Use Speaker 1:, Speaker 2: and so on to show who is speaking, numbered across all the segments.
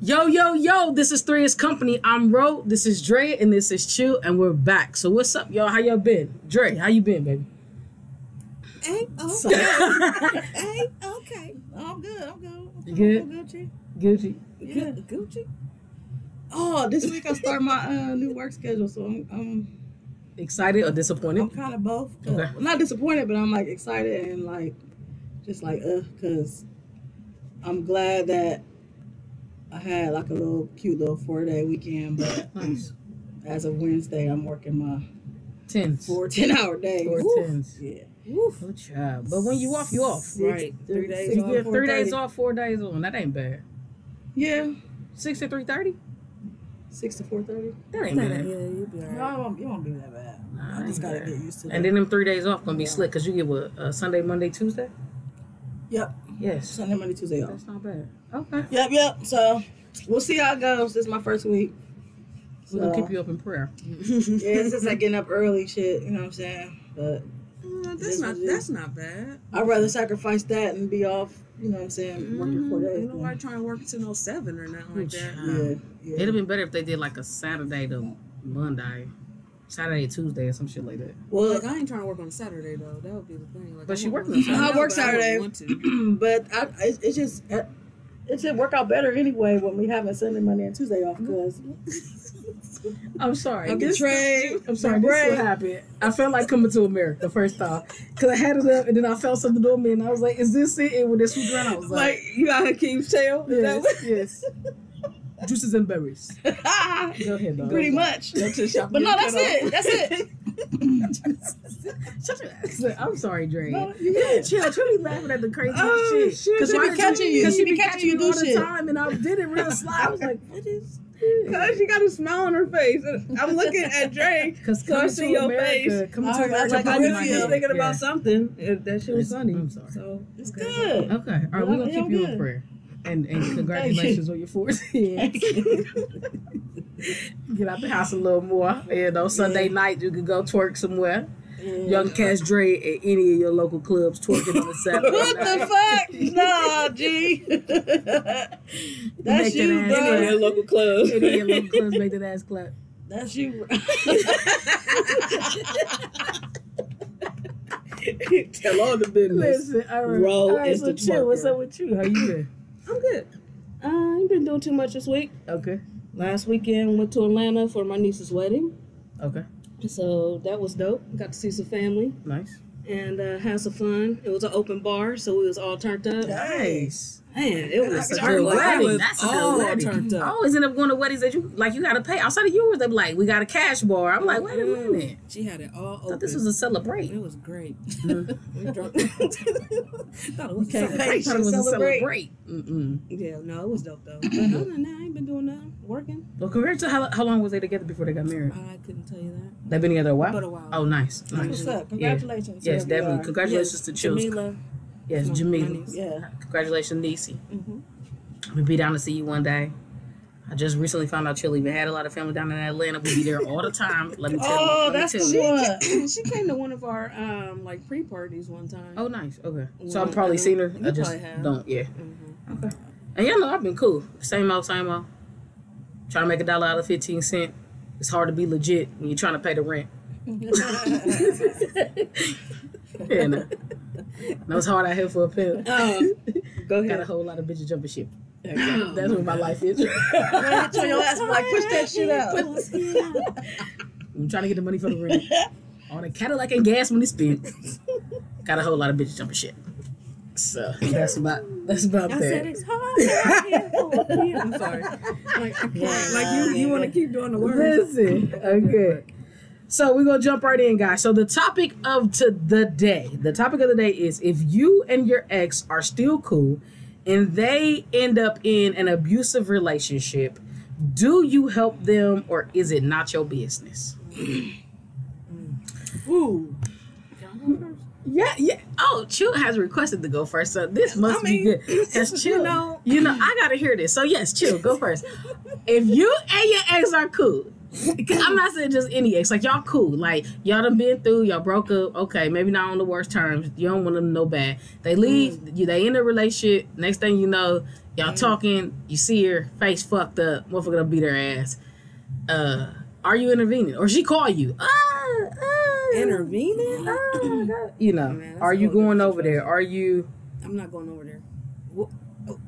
Speaker 1: Yo, yo, yo, this is Three's Company. I'm Ro, this is Dre, and this is Chill, and we're back. So what's up, y'all? How y'all been? Dre, how you been, baby?
Speaker 2: Hey, okay. hey, okay. I'm good. I'm good. I'm
Speaker 1: You
Speaker 2: good. I'm Gucci.
Speaker 1: Gucci.
Speaker 2: Yeah, Gucci. Oh, this week I start my uh, new work schedule, so I'm I'm,
Speaker 1: Excited or
Speaker 2: I'm
Speaker 1: disappointed?
Speaker 2: kind of both. 'cause-
Speaker 1: Okay.
Speaker 2: well, not disappointed, but I'm like excited and like just like uh, cause I'm glad that I had like a little cute little four day weekend, but
Speaker 1: Nice.
Speaker 2: as of Wednesday, I'm working my
Speaker 1: Tens.
Speaker 2: four ten hour day.
Speaker 1: Four
Speaker 2: Woo.
Speaker 1: tens.
Speaker 2: Yeah.
Speaker 1: Good job. But when you off, you off.
Speaker 2: Six- Three days.
Speaker 1: Six-
Speaker 2: on,
Speaker 1: yeah, three days
Speaker 2: 4:30.
Speaker 1: off, four days on. That ain't bad.
Speaker 2: Yeah.
Speaker 1: Six to three thirty?
Speaker 2: Six to four thirty.
Speaker 1: That ain't
Speaker 3: Yeah,
Speaker 1: bad.
Speaker 3: you'll be
Speaker 2: No,
Speaker 3: alright.
Speaker 2: it won't, it won't be that bad.
Speaker 1: Nah,
Speaker 2: I
Speaker 1: that ain't
Speaker 2: just gotta
Speaker 1: bad.
Speaker 2: get used to it.
Speaker 1: And then them three days off gonna be
Speaker 2: Yeah.
Speaker 1: slick because you get what uh, Sunday, Monday, Tuesday.
Speaker 2: Yep.
Speaker 1: Yes,
Speaker 2: Sunday, Monday, Tuesday off.
Speaker 1: that's not bad. Okay,
Speaker 2: Yep, yep. So we'll see how it goes. This is my first week.
Speaker 1: we're gonna
Speaker 2: So-
Speaker 1: keep you up in prayer.
Speaker 2: Yeah, it's just like getting up early, shit. You know what I'm saying? But
Speaker 3: Mm,
Speaker 2: This
Speaker 3: that's not
Speaker 2: was it.
Speaker 3: that's not bad.
Speaker 2: I'd rather sacrifice that and be off. You know what I'm saying? Working
Speaker 4: Mm-hmm.
Speaker 2: four
Speaker 3: Mm,
Speaker 2: days.
Speaker 3: ain't nobody
Speaker 2: than-
Speaker 3: trying to work to no seven or nothing like that.
Speaker 2: Yeah, yeah.
Speaker 1: It'd have been better if they did like a Saturday to Monday, Saturday to Tuesday or some shit like that.
Speaker 2: well,
Speaker 3: Like I ain't trying to work on Saturday though. That would be the thing. Like,
Speaker 1: But
Speaker 3: I
Speaker 1: she
Speaker 3: want-
Speaker 1: working on
Speaker 3: I know,
Speaker 2: Saturday. I work
Speaker 3: but wouldn't
Speaker 2: Saturday.
Speaker 3: want to.
Speaker 2: but I, it's, it's just it, it should work out better anyway when we having Sunday, Monday, and Tuesday off because
Speaker 1: I'm sorry.
Speaker 2: I can
Speaker 1: This-
Speaker 2: trade.
Speaker 1: I'm sorry, this is what happened. I felt like coming to America the first time because I had it up and then I felt something on me and I was like, "Is this it?" And when this was done, I was like,
Speaker 2: Like you out here keep tail. Is that what-
Speaker 1: "Yes, yes." Juices and berries. Go ahead, dog.
Speaker 2: Pretty much.
Speaker 3: Go to the shop
Speaker 2: But
Speaker 3: and
Speaker 2: no,
Speaker 3: get
Speaker 2: that's
Speaker 3: cut
Speaker 2: it. That's it.
Speaker 1: Shut your ass. up. I'm sorry, Dre.
Speaker 2: No, you
Speaker 1: Yeah,
Speaker 2: good.
Speaker 1: chill. Truly laughing at the crazy
Speaker 2: Oh,
Speaker 1: shit. shit.
Speaker 2: 'cause she be catching you.
Speaker 1: Because
Speaker 2: She
Speaker 1: she
Speaker 2: be
Speaker 1: be
Speaker 2: catching
Speaker 1: catching
Speaker 2: you
Speaker 1: you all the
Speaker 2: doing shit.
Speaker 1: time, and I did it real slow. I was like, what is
Speaker 5: Cause
Speaker 1: this?
Speaker 5: she got a smile on her face. And I'm looking at Drake.
Speaker 1: Because
Speaker 5: So I
Speaker 1: coming
Speaker 5: see
Speaker 1: to
Speaker 5: your
Speaker 1: America, coming
Speaker 2: I
Speaker 1: to
Speaker 2: was
Speaker 1: America,
Speaker 2: like,
Speaker 5: Like I
Speaker 1: probably
Speaker 5: knew
Speaker 2: Yeah.
Speaker 1: my
Speaker 5: she was
Speaker 1: head.
Speaker 5: thinking
Speaker 1: Yeah.
Speaker 5: about something uh, that she was
Speaker 1: It's-
Speaker 5: funny.
Speaker 1: I'm sorry.
Speaker 5: So
Speaker 2: It's good.
Speaker 1: Okay, all right, we're gonna
Speaker 2: Yeah,
Speaker 1: keep you in
Speaker 2: good.
Speaker 1: prayer, and and congratulations on your fourteen. Get out the house a little more. You know, Sunday night you can go twerk somewhere. Young Cash Dre at any of your local clubs twerking on the Saturday.
Speaker 2: What the
Speaker 1: night.
Speaker 2: fuck? Nah, G. That's
Speaker 1: Naked
Speaker 2: you,
Speaker 1: ass
Speaker 2: bro.
Speaker 1: nigga.
Speaker 5: your local club.
Speaker 1: Any of your local clubs make that ass clap.
Speaker 2: That's you.
Speaker 5: Tell all the business.
Speaker 1: Listen, all right,
Speaker 5: Roll
Speaker 1: all right
Speaker 5: is
Speaker 1: so
Speaker 5: the
Speaker 1: chill. What's
Speaker 5: twerker.
Speaker 1: up with you? How you been?
Speaker 5: I'm good.
Speaker 4: Uh, I ain't been doing too much this week.
Speaker 1: Okay,
Speaker 4: Last weekend went to Atlanta for my niece's wedding,
Speaker 1: okay,
Speaker 4: so that was dope. Got to see some family
Speaker 1: nice,
Speaker 4: and uh, had some fun. It was an open bar, so we was all turned up.
Speaker 1: nice.
Speaker 4: Man, it was
Speaker 1: That's a
Speaker 4: turned
Speaker 1: good
Speaker 4: up. It
Speaker 1: wedding.
Speaker 4: was
Speaker 1: That's a
Speaker 4: all
Speaker 1: good wedding.
Speaker 4: turned
Speaker 1: I
Speaker 4: up.
Speaker 1: always end up going to weddings that you like. You got to pay outside of yours. They be like, we got a cash bar. I'm like, wait a
Speaker 4: Mm.
Speaker 1: minute.
Speaker 4: She had it all
Speaker 1: I
Speaker 4: open.
Speaker 1: thought this was a celebration.
Speaker 4: it was great.
Speaker 1: Mhm.
Speaker 4: we drunk. Thought it was a celebration.
Speaker 1: I thought it was a celebrate. Mm-mm.
Speaker 4: Yeah, no, it was dope though. But other than that, I ain't been doing nothing. Working.
Speaker 1: Well, compared to how, how long was they together before they got married?
Speaker 4: I couldn't tell you that.
Speaker 1: They've been together a while.
Speaker 4: But um, a while.
Speaker 1: Oh, nice, nice.
Speaker 2: What's up?
Speaker 1: Yeah.
Speaker 2: Congratulations.
Speaker 1: Yes,
Speaker 2: whoever you
Speaker 1: definitely.
Speaker 2: are.
Speaker 1: Congratulations to Chills.
Speaker 4: Jamila.
Speaker 1: Yes,
Speaker 4: my- my
Speaker 1: Jamila.
Speaker 4: niece.
Speaker 2: Yeah.
Speaker 1: Congratulations, Niecy.
Speaker 4: Mhm.
Speaker 1: We'll be down to see you one day. I just recently found out Chill even had a lot of family down in Atlanta. We be there all the time. Let me tell you.
Speaker 2: Oh,
Speaker 1: Let me
Speaker 2: that's
Speaker 1: tell
Speaker 2: the
Speaker 1: you.
Speaker 2: one.
Speaker 4: she came to one of our um like pre parties one time.
Speaker 1: Oh, nice. Okay. So I'm
Speaker 4: Yeah,
Speaker 1: probably
Speaker 4: I
Speaker 1: seen her.
Speaker 4: don't-
Speaker 1: I
Speaker 4: you
Speaker 1: just
Speaker 4: probably have.
Speaker 1: don't. Yeah.
Speaker 4: Mhm.
Speaker 1: Okay. And you know, I've been cool. Same old, same old. Trying to make a dollar out of 15 cents. It's hard to be legit when you're trying to pay the rent. yeah, no. no, it's hard out here for a pimp.
Speaker 2: Um,
Speaker 5: Go
Speaker 1: Got a
Speaker 5: ahead.
Speaker 1: whole lot of bitches jumping ship. That's what my life is.
Speaker 2: I'm gonna hit you on your ass, but like push that shit out.
Speaker 1: I'm trying to get the money for the rent. On a Cadillac and gas money spent. Got a whole lot of bitches jumping ship. So that's about that's about
Speaker 4: I
Speaker 1: that.
Speaker 4: said it's hard. out here for
Speaker 5: I'm
Speaker 4: him."
Speaker 5: sorry. Like I can't. Like you, you want to keep doing the words.
Speaker 1: Listen, okay. So we're gonna jump right in, guys. So the topic of to the day, the topic of the day is if you and your ex are still cool and they end up in an abusive relationship, do you help them or is it not your business?
Speaker 2: Ooh.
Speaker 1: Yeah, yeah. Oh, Chill has requested to go first, so this must
Speaker 5: I
Speaker 1: be
Speaker 5: mean,
Speaker 1: good. Cause Chill,
Speaker 5: you know,
Speaker 1: you know, I gotta hear this. So yes, Chill, go first. if you and your ex are cool I'm not saying just any ex. Like y'all cool. Like y'all done been through. Y'all broke up. Okay, maybe not on the worst terms. You don't want them to know bad.
Speaker 5: Mm-hmm.
Speaker 1: They leave. You they in a relationship. Next thing you know, y'all talking. You see her face fucked up. Motherfucker gonna beat her ass. Uh, are you intervening or she call you? Ah, ah,
Speaker 5: Intervening?
Speaker 4: Uh.
Speaker 1: ah, you know,
Speaker 5: Man, that's
Speaker 1: are you
Speaker 5: a whole
Speaker 1: going
Speaker 5: different
Speaker 1: over there? Are you?
Speaker 5: I'm not going over there. Wha- oh.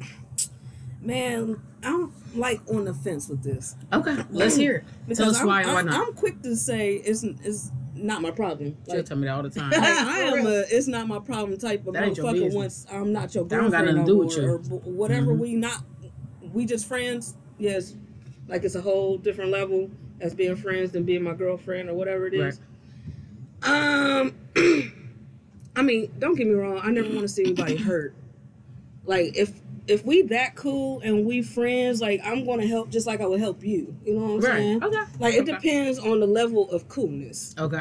Speaker 5: Man, I'm like on the fence with this.
Speaker 1: Okay, let's hear it. Tell us
Speaker 5: I'm,
Speaker 1: why and why
Speaker 5: I'm-
Speaker 1: not.
Speaker 5: I'm quick to say it's, it's not my problem.
Speaker 1: She'll
Speaker 5: Like,
Speaker 1: tell me that all the time.
Speaker 5: like, I am a it's not my problem type of
Speaker 1: That ain't your
Speaker 5: motherfucker
Speaker 1: business.
Speaker 5: once I'm not your
Speaker 1: That don't
Speaker 5: girlfriend
Speaker 1: got nothing
Speaker 5: no
Speaker 1: to do
Speaker 5: more,
Speaker 1: with you.
Speaker 5: or b- whatever
Speaker 1: Mhm.
Speaker 5: we not we just friends.
Speaker 4: Yes, like it's a whole different level as being friends than being my girlfriend or whatever it is. Um, I mean, don't get me wrong. I never want to see anybody hurt. Like if if we that cool and we friends, like I'm gonna help just like I would help you. You know what I'm
Speaker 1: Right.
Speaker 4: saying?
Speaker 1: Okay.
Speaker 4: Like it
Speaker 1: Okay.
Speaker 4: depends on the level of coolness.
Speaker 1: Okay.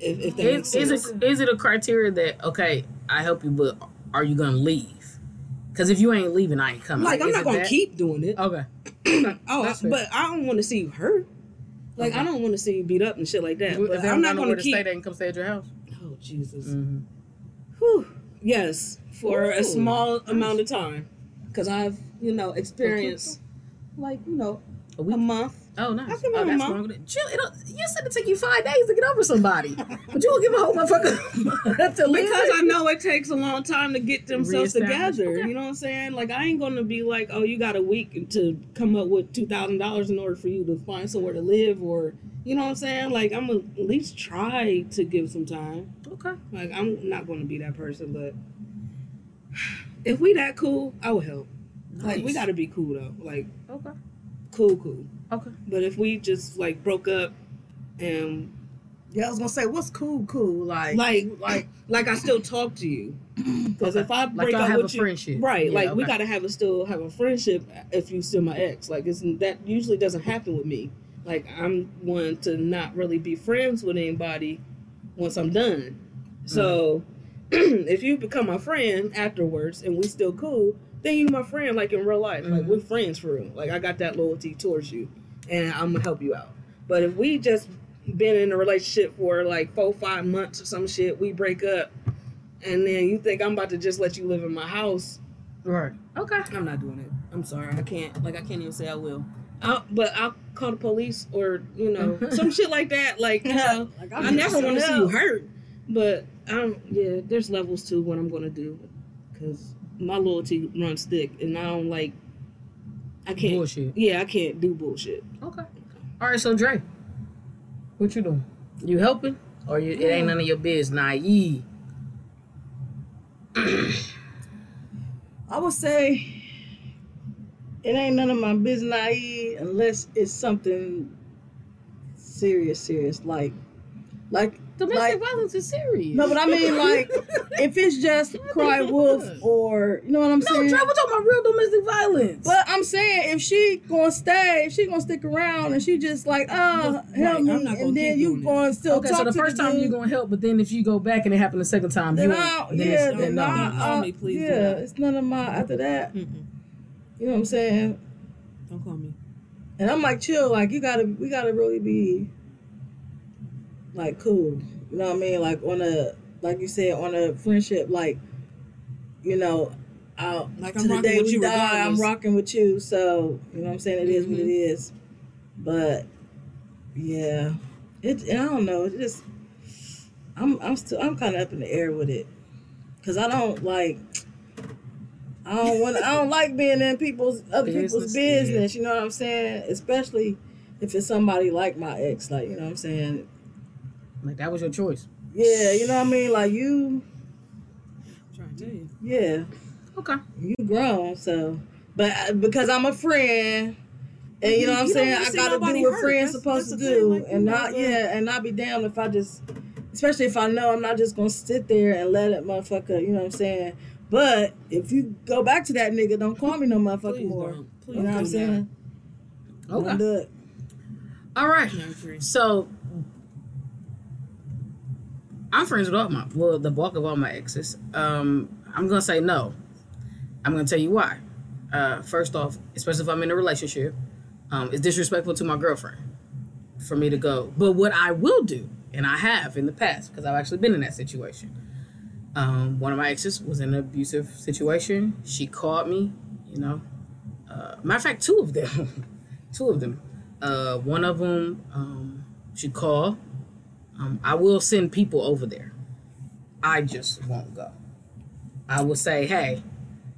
Speaker 4: If, if that makes
Speaker 1: Is,
Speaker 4: sense.
Speaker 1: is it is it a criteria that okay? I help you, but are you gonna leave? Because if you ain't leaving, I ain't coming.
Speaker 4: Like I'm
Speaker 1: is
Speaker 4: not
Speaker 1: it
Speaker 4: gonna
Speaker 1: that?
Speaker 4: keep doing it.
Speaker 1: Okay.
Speaker 4: Oh, I,
Speaker 1: That's fair.
Speaker 4: but I don't want to see you hurt. Like I don't want to see you beat up and shit like that.
Speaker 1: If
Speaker 4: But
Speaker 1: they don't
Speaker 4: I'm not
Speaker 1: know where
Speaker 4: going
Speaker 1: to
Speaker 4: to
Speaker 1: stay,
Speaker 4: keep.
Speaker 1: they can come stay at your house.
Speaker 4: Oh Jesus.
Speaker 1: Mm-hmm.
Speaker 4: Whew. Yes, for
Speaker 1: Ooh.
Speaker 4: a small amount of time, because I've you know experienced like you know
Speaker 1: A
Speaker 4: a
Speaker 1: week.
Speaker 4: month.
Speaker 1: Oh, nice.
Speaker 4: come
Speaker 1: Oh,
Speaker 4: on,
Speaker 1: that's
Speaker 4: Mom.
Speaker 1: wrong with it. Chill. It'll, you said it take you five days to get over somebody, but you will give a whole motherfucker to leave.
Speaker 4: Because I know it takes a long time to get themselves
Speaker 1: Reestablish.
Speaker 4: together.
Speaker 1: Okay.
Speaker 4: You know what I'm saying? Like I ain't gonna be like, oh, you got a week to come up with two thousand dollars in order for you to find somewhere to live, or you know what I'm saying? Like I'm gonna at least try to give some time.
Speaker 1: Okay.
Speaker 4: Like I'm not gonna be that person, but if we that cool, I would help. Like we
Speaker 1: Nice.
Speaker 4: gotta be cool though. Like
Speaker 1: Okay.
Speaker 4: cool, cool.
Speaker 1: Okay.
Speaker 4: But if we just like broke up and
Speaker 2: Yeah, I was gonna say, what's cool, cool? Like,
Speaker 4: like
Speaker 2: like,
Speaker 4: like I still talk to you, because if I
Speaker 1: Like
Speaker 4: break
Speaker 1: y'all
Speaker 4: up
Speaker 1: have a
Speaker 4: with you,
Speaker 1: friendship,
Speaker 4: right?
Speaker 1: Yeah,
Speaker 4: like we
Speaker 1: okay.
Speaker 4: gotta have a still have a friendship if you still my ex. Like it's that usually doesn't happen with me. Like I'm one to not really be friends with anybody once I'm done. So
Speaker 1: Mm.
Speaker 4: if you become my friend afterwards and we still cool, then you my friend like in real life. Like
Speaker 1: Mhm.
Speaker 4: we're friends for real. Like I got that loyalty towards you, and I'm gonna help you out. But if we just been in a relationship for like four five months or some shit, we break up. And then you think I'm about to just let you live in my house?
Speaker 1: Right. Okay.
Speaker 4: I'm not doing it. I'm sorry. I can't. Like I can't even say I will. I'll, but I'll call the police or you know some shit like that. Like you know,
Speaker 2: like
Speaker 4: I never want to see you
Speaker 2: you.
Speaker 4: hurt. But I'm yeah. There's levels to what I'm gonna do because my loyalty runs thick, and I don't like. I can't.
Speaker 1: Bullshit.
Speaker 4: Yeah, I can't do bullshit.
Speaker 1: Okay. All right. So Dre, what you doing? You helping, or you, it ain't none of your biz? Naive.
Speaker 2: I would say it ain't none of my business naive unless it's something serious, serious. Like, like,
Speaker 1: Domestic
Speaker 2: Like-
Speaker 1: violence is serious.
Speaker 2: no, but I mean, like, if it's just cry wolf or you know what I'm
Speaker 1: No,
Speaker 2: saying.
Speaker 1: Dre, we're talking about real domestic violence.
Speaker 2: But I'm saying if she gonna stay, if she gonna stick around, and she just like, uh,
Speaker 5: Right,
Speaker 2: help
Speaker 5: I'm
Speaker 2: me,
Speaker 5: not gonna
Speaker 2: and then
Speaker 5: keep
Speaker 2: you
Speaker 5: doing it.
Speaker 2: gonna still
Speaker 1: okay,
Speaker 2: talk
Speaker 1: so the
Speaker 2: to
Speaker 1: first
Speaker 2: the
Speaker 1: time
Speaker 2: dude,
Speaker 1: you're gonna help, but then if you go back and it happened the second time,
Speaker 2: then
Speaker 1: you
Speaker 2: I,
Speaker 1: ain't- then
Speaker 2: yeah,
Speaker 1: it's, then
Speaker 2: then
Speaker 1: no.
Speaker 2: I,
Speaker 5: Don't call
Speaker 2: I-
Speaker 5: me, please, do
Speaker 2: yeah,
Speaker 5: that.
Speaker 2: it's none of my after that.
Speaker 5: Mm-mm.
Speaker 2: You know what I'm saying?
Speaker 5: Don't call me.
Speaker 2: And I'm like, chill, like you gotta, we gotta really be, like, cool. You know what I mean? Like on a, like you said, on a friendship, like, you know, I'll,
Speaker 5: Like
Speaker 2: to
Speaker 5: I'm
Speaker 2: the
Speaker 5: rocking
Speaker 2: day
Speaker 5: with
Speaker 2: we
Speaker 5: you
Speaker 2: die, I'm
Speaker 5: regardless. Mm-hmm.
Speaker 2: rocking with you. So you know what I'm saying. It is what it is. But yeah, it. and I don't know. It just I'm I'm still I'm kind of up in the air with it because I don't like. I don't want. I don't like being in people's other people's
Speaker 1: Business, yeah.
Speaker 2: business. You know what I'm saying? Especially if it's somebody like my ex. Like you know what I'm saying?
Speaker 1: like that was your choice.
Speaker 2: Yeah, you know what I mean. Like you.
Speaker 5: I'm trying to tell you.
Speaker 2: Yeah.
Speaker 1: Okay,
Speaker 2: you grown, so but I- because I'm a friend, and you know what I'm
Speaker 5: You don't
Speaker 2: saying,
Speaker 5: wanna
Speaker 2: I
Speaker 5: see
Speaker 2: gotta
Speaker 5: nobody
Speaker 2: do what
Speaker 5: hurt.
Speaker 2: friends
Speaker 5: That's-
Speaker 2: supposed
Speaker 5: that's
Speaker 2: to
Speaker 5: the thing,
Speaker 2: do,
Speaker 5: like, you
Speaker 2: and
Speaker 5: know,
Speaker 2: not
Speaker 5: but-
Speaker 2: yeah, and not be damned if I just, especially if I know I'm not just gonna sit there and let it, motherfucker. You know what I'm saying? But if you go back to that nigga, don't call me no motherfucker
Speaker 5: Please
Speaker 2: more.
Speaker 5: don't. Please
Speaker 2: You know what I'm
Speaker 5: do not.
Speaker 2: saying?
Speaker 1: okay,
Speaker 2: Don't do it.
Speaker 1: all right.
Speaker 5: No, I agree.
Speaker 1: So I'm friends with all my well, the bulk of all my exes. Um, I'm gonna say no. I'm gonna tell you why. Uh, first off, especially if I'm in a relationship, um, it's disrespectful to my girlfriend. for me to go. But what I will do, and I have in the past, because I've actually been in that situation. Um, one of my exes was in an abusive situation. She called me, you know. Uh, matter of fact, two of them, two of them. Uh, one of them, um, she called. Um, I will send people over there. I just won't go. I will say, hey,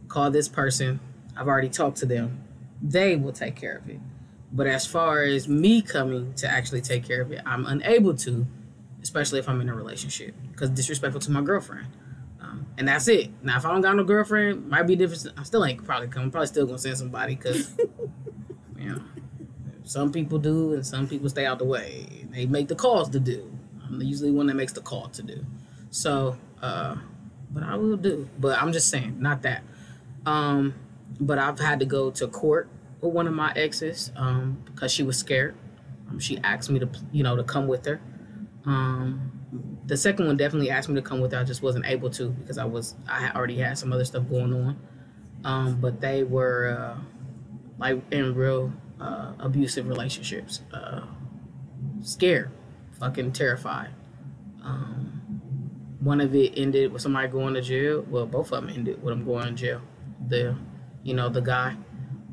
Speaker 1: call this person. I've already talked to them. They will take care of it. But as far as me coming to actually take care of it, I'm unable to, especially if I'm in a relationship, because disrespectful to my girlfriend. Um, and that's it. Now, if I don't got no girlfriend, might be different. I still ain't probably coming. Probably still gonna send somebody, because you know, some people do, and some people stay out the way. They make the calls to do. I'm usually one that makes the call to do. So, uh, but I will do. But I'm just saying, not that. Um, but I've had to go to court with one of my exes um, because she was scared. Um, she asked me to, you know, to come with her. Um, the second one definitely asked me to come with her. I just wasn't able to because I was I had already had some other stuff going on. Um, but they were uh, like in real uh, abusive relationships, uh, scared, fucking terrified. Um, one of it ended with somebody going to jail. Well, both of them ended with them going to jail. The, you know, the guy.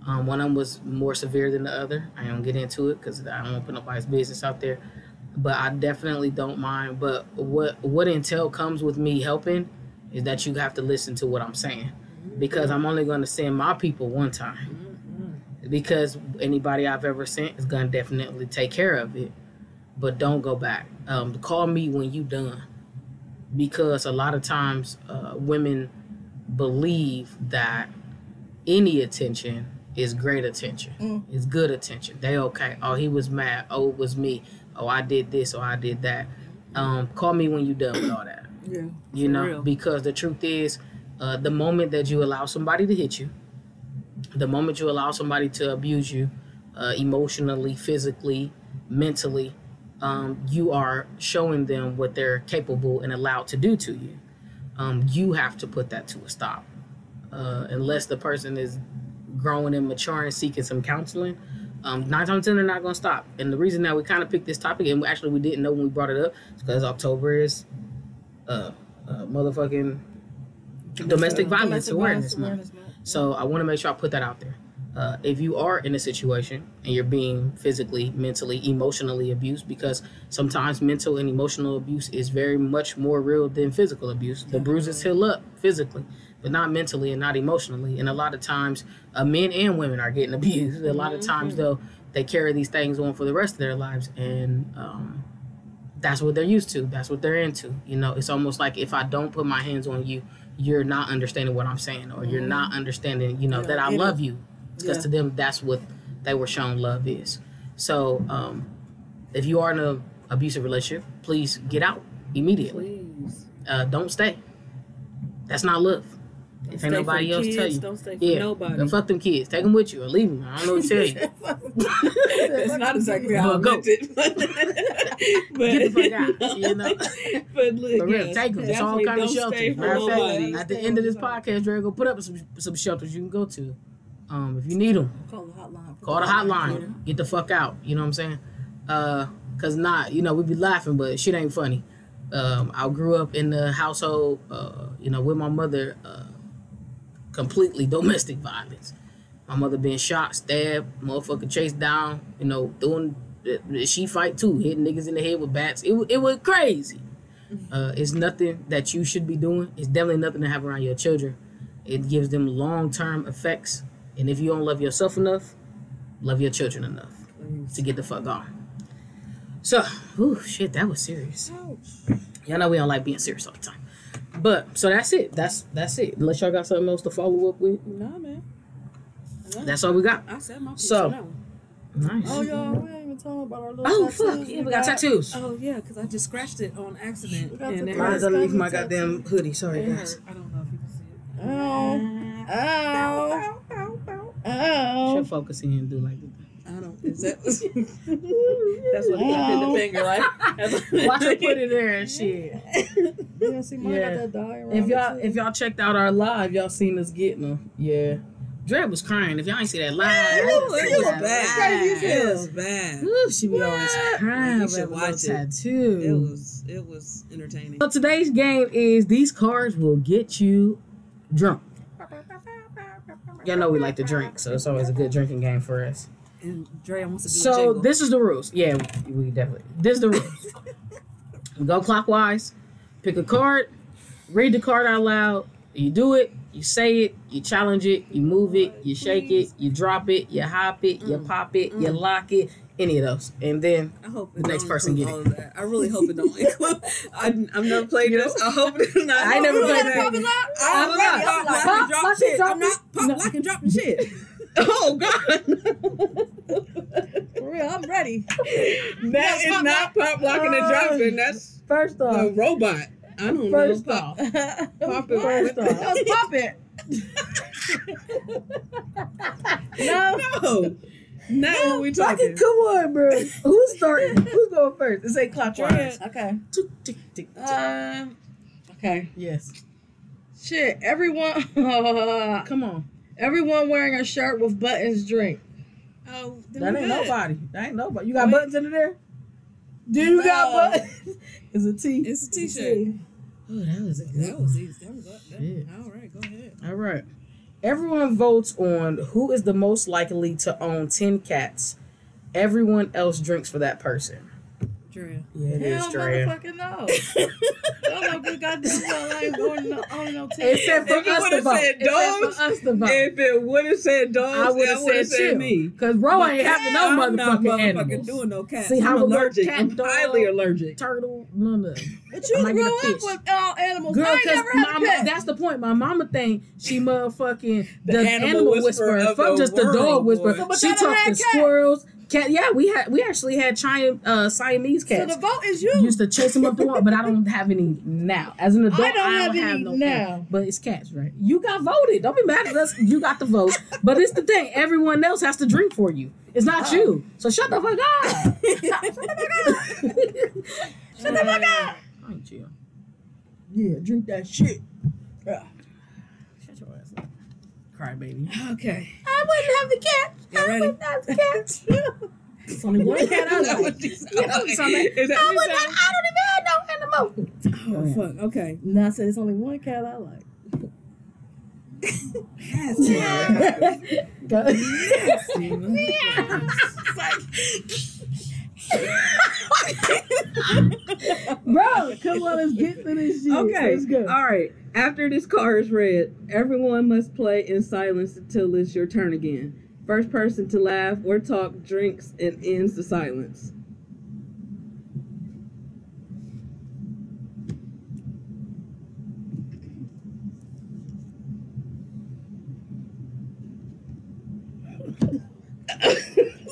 Speaker 1: Um, one of them was more severe than the other. I don't get into it because I don't want to put nobody's business out there. But I definitely don't mind. But what what intel comes with me helping is that you have to listen to what I'm saying because I'm only going to send my people one time. Because anybody I've ever sent is going to definitely take care of it. But don't go back. Um, call me when you done because a lot of times uh, women believe that any attention is great attention,
Speaker 2: Mm.
Speaker 1: is good attention. They okay. Oh, he was mad. Oh, it was me. Oh, I did this. Oh, I did that. Um, call me when you done with all that.
Speaker 2: Yeah.
Speaker 1: You
Speaker 5: For
Speaker 1: know,
Speaker 5: real.
Speaker 1: because the truth is, uh, the moment that you allow somebody to hit you, the moment you allow somebody to abuse you, uh, emotionally, physically, mentally, um, you are showing them what they're capable and allowed to do to you. Um, you have to put that to a stop. Uh, unless the person is growing and maturing, seeking some counseling, um, nine times ten they're not going to stop. And the reason that we kind of picked this topic, and we actually we didn't know when we brought it up, is because October is uh, uh, motherfucking domestic violence awareness month. So I want to make sure I put that out there. Uh, if you are in a situation and you're being physically, mentally, emotionally abused, because sometimes mental and emotional abuse is very much more real than physical abuse. The bruises heal up physically, but not mentally and not emotionally. And a lot of times, uh, men and women are getting abused. A
Speaker 2: Mm-hmm.
Speaker 1: lot of times, though, they carry these things on for the rest of their lives, and um, that's what they're used to. That's what they're into. You know, it's almost like if I don't put my hands on you, you're not understanding what I'm saying, or
Speaker 2: Mm-hmm.
Speaker 1: you're not understanding, you know, that I
Speaker 2: it-
Speaker 1: love you. Because
Speaker 2: Yeah.
Speaker 1: to them, that's what they were shown love is. So, um, if you are in an abusive relationship, please get out immediately.
Speaker 5: Please.
Speaker 1: Uh, don't stay. That's not love.
Speaker 5: Don't
Speaker 1: If
Speaker 5: stay
Speaker 1: ain't
Speaker 5: for
Speaker 1: nobody
Speaker 5: the
Speaker 1: else
Speaker 5: kids,
Speaker 1: tell you.
Speaker 5: Don't stay for
Speaker 1: Yeah.
Speaker 5: nobody.
Speaker 1: Then fuck them kids. Take them with you or leave them. I don't know what to tell you.
Speaker 2: That's not exactly how I
Speaker 1: Well, go.
Speaker 2: meant it. but,
Speaker 1: Get the fuck out. You know?
Speaker 2: But look,
Speaker 1: For real,
Speaker 2: yes,
Speaker 1: take them. It's all
Speaker 2: definitely
Speaker 1: kind of
Speaker 2: don't
Speaker 1: shelters.
Speaker 2: stay for
Speaker 1: Matter of fact,
Speaker 2: nobody.
Speaker 1: at the end of this podcast, Dre, go put up some, some shelters you can go to. Um, if you need them,
Speaker 5: Call the hotline.
Speaker 1: call the hotline. Get the fuck out. You know what I'm saying? Uh, cause not, you know, we be laughing, but shit ain't funny. Um, I grew up in the household, uh, you know, with my mother, uh, completely domestic violence. My mother being shot, stabbed, motherfucker chased down, you know, doing. She fight too, hitting niggas in the head with bats. It wa- it was crazy. Uh, it's nothing that you should be doing. It's definitely nothing to have around your children. It gives them long term effects. And if you don't love yourself enough, love your children enough to get the fuck on. So, ooh, shit, that was serious. Y'all know we don't like being serious all the time. But so that's it. That's that's it. Unless y'all got something else to follow up with,
Speaker 3: Nah, man.
Speaker 1: that's all we got.
Speaker 3: I said my piece.
Speaker 1: So-
Speaker 3: no.
Speaker 1: Nice.
Speaker 5: Oh, y'all, we ain't even talking about our little
Speaker 1: Oh
Speaker 5: tattoos
Speaker 1: fuck! Yeah, we got tattoos.
Speaker 3: Oh yeah, because I just scratched it on accident.
Speaker 5: We got
Speaker 3: and
Speaker 5: the
Speaker 3: it
Speaker 5: Mine's
Speaker 3: hurt.
Speaker 5: browns. underneath my goddamn
Speaker 1: hoodie. Sorry
Speaker 3: It hurt. I don't know if you can see it.
Speaker 2: Ow. Ow.
Speaker 1: Should
Speaker 2: Ow.
Speaker 1: focus in and do like this.
Speaker 3: I don't. Is that? that's what he did the finger like.
Speaker 1: Watch her put it there and shit.
Speaker 2: You don't see mine
Speaker 1: Yeah.
Speaker 2: got that diagram.
Speaker 1: If y'all if y'all checked out our live, y'all seen us getting them. Yeah, Dre was crying. If y'all ain't see that live,
Speaker 2: it
Speaker 1: y'all
Speaker 2: was,
Speaker 1: didn't
Speaker 2: it
Speaker 1: see
Speaker 2: was
Speaker 1: that
Speaker 2: bad.
Speaker 1: live.
Speaker 2: It was bad.
Speaker 1: Ooh, she was always crying.
Speaker 2: You
Speaker 1: about
Speaker 2: should
Speaker 1: the little
Speaker 2: watch it.
Speaker 1: Tattoo.
Speaker 2: It was it was entertaining.
Speaker 1: So today's game is these cards will get you drunk. Y'all know we like to drink, so it's always a good drinking game for us.
Speaker 5: And Dre wants to do
Speaker 1: So
Speaker 5: a jingle.
Speaker 1: this is the rules. Yeah, we definitely. This is the rules. we go clockwise. Pick a card. Read the card out loud. You do it. You say it. You challenge it. You move it. You shake it. You drop it. You hop it.
Speaker 2: Mm.
Speaker 1: You pop it. You lock it. Any of those, and then
Speaker 5: I hope
Speaker 1: the next person get it.
Speaker 5: all of that. I really hope it don't include. I, I've never played this. I hope it's not.
Speaker 1: I ain't never
Speaker 5: hope it
Speaker 1: played
Speaker 5: don't
Speaker 1: that.
Speaker 5: include-
Speaker 1: I'm
Speaker 5: I'm
Speaker 1: not.
Speaker 5: not pop, lock,
Speaker 1: Pop,
Speaker 5: and drop
Speaker 1: lock,
Speaker 5: shit.
Speaker 1: drop
Speaker 5: I'm not pop,
Speaker 1: No.
Speaker 5: lock, and drop the shit.
Speaker 4: Oh God!
Speaker 5: For real, I'm ready.
Speaker 4: That is not pop locking and dropping. That's
Speaker 2: First
Speaker 4: a robot. I don't know
Speaker 2: First
Speaker 4: pop.
Speaker 2: off,
Speaker 4: Pop it.
Speaker 2: first off,
Speaker 5: pop it.
Speaker 2: no,
Speaker 4: No, not what we
Speaker 2: fucking
Speaker 4: talking.
Speaker 2: come on, bro. Who's starting? Who's going first? It's a clockwise.
Speaker 4: Okay.
Speaker 1: tick, tick, tick.
Speaker 4: Uh,
Speaker 1: Um,
Speaker 4: okay.
Speaker 1: Yes,
Speaker 4: Shit. Everyone.
Speaker 1: come on.
Speaker 4: everyone wearing a shirt with buttons drink.
Speaker 5: Oh,
Speaker 2: That ain't
Speaker 5: nobody.
Speaker 2: nobody. That ain't nobody. You got
Speaker 5: Wait.
Speaker 2: buttons under there? Do you got
Speaker 5: No.
Speaker 2: buttons? It's a T.
Speaker 5: It's a t-shirt.
Speaker 1: Oh, that was a good
Speaker 5: That
Speaker 1: one.
Speaker 5: was easy. That was up. That,
Speaker 1: Shit.
Speaker 5: All right, go ahead.
Speaker 1: All right. Everyone votes on who is the most likely to own 10 cats. Everyone else drinks for that person.
Speaker 5: Dre.
Speaker 1: Yeah, it is
Speaker 4: Hell,
Speaker 1: Dre.
Speaker 4: motherfucking no. I don't know if goddamn well I ain't going no, on no team.
Speaker 1: Except for
Speaker 4: If you
Speaker 1: us to
Speaker 4: would've
Speaker 1: vote.
Speaker 4: said
Speaker 1: Except
Speaker 4: dogs,
Speaker 1: for us to vote.
Speaker 4: If it would have said dogs,
Speaker 1: I would have said, you.
Speaker 4: me.
Speaker 1: Because Ro ain't having no
Speaker 5: I'm not
Speaker 1: motherfucking animals.
Speaker 5: doing no cats.
Speaker 1: See how
Speaker 4: I'm
Speaker 1: I'm
Speaker 4: allergic.
Speaker 1: Cat,
Speaker 4: I'm
Speaker 1: dog,
Speaker 4: highly allergic.
Speaker 1: turtle, none of them.
Speaker 4: But
Speaker 1: I
Speaker 4: you
Speaker 1: might get a
Speaker 4: grew up
Speaker 1: fish.
Speaker 4: with all animals.
Speaker 1: Girl,
Speaker 4: I ain't
Speaker 1: because
Speaker 4: never had
Speaker 1: my
Speaker 4: a
Speaker 1: mo-
Speaker 4: pet.
Speaker 1: that's the point. My mama think she motherfucking the,
Speaker 4: The
Speaker 1: animal,
Speaker 4: animal
Speaker 1: whisperer.
Speaker 4: whisperer of
Speaker 1: Fuck
Speaker 4: the
Speaker 1: just the dog
Speaker 4: world,
Speaker 1: whisperer.
Speaker 4: boy. So,
Speaker 5: but
Speaker 1: she
Speaker 5: y'all done
Speaker 1: talked to
Speaker 5: had cats.
Speaker 1: squirrels. Cat. Yeah, we had we actually had China, uh, Siamese cats.
Speaker 4: so the vote is you.
Speaker 1: used to chase them up the wall, but I don't have any now. As an adult, I
Speaker 4: I
Speaker 1: don't,
Speaker 4: don't have
Speaker 1: have,
Speaker 4: any
Speaker 1: no
Speaker 4: now.
Speaker 1: cats. But it's cats, right? You got voted. Don't be mad at us. You got the vote. But it's the thing. Everyone else has to drink for you. It's not
Speaker 2: Oh.
Speaker 1: you. So shut the fuck up.
Speaker 4: Shut the fuck up.
Speaker 1: I ain't you.
Speaker 2: Yeah, drink that shit.
Speaker 1: Shut your ass up. Cry baby.
Speaker 4: Okay.
Speaker 2: I wouldn't have the cat.
Speaker 5: You ready?
Speaker 2: have the cat.
Speaker 1: It's only one cat I
Speaker 4: That
Speaker 1: like.
Speaker 4: what you sound like.
Speaker 1: Is that
Speaker 4: Is that what you sound like?
Speaker 2: don't even have no animal.
Speaker 1: Oh,
Speaker 5: fuck. Okay.
Speaker 2: Now I said it's only one cat I like. Bro, come on, let's get to this shit.
Speaker 4: Okay.
Speaker 2: Let's go.
Speaker 4: All right. After this card is read, everyone must play in silence until it's your turn again. First person to laugh or talk drinks and ends the silence.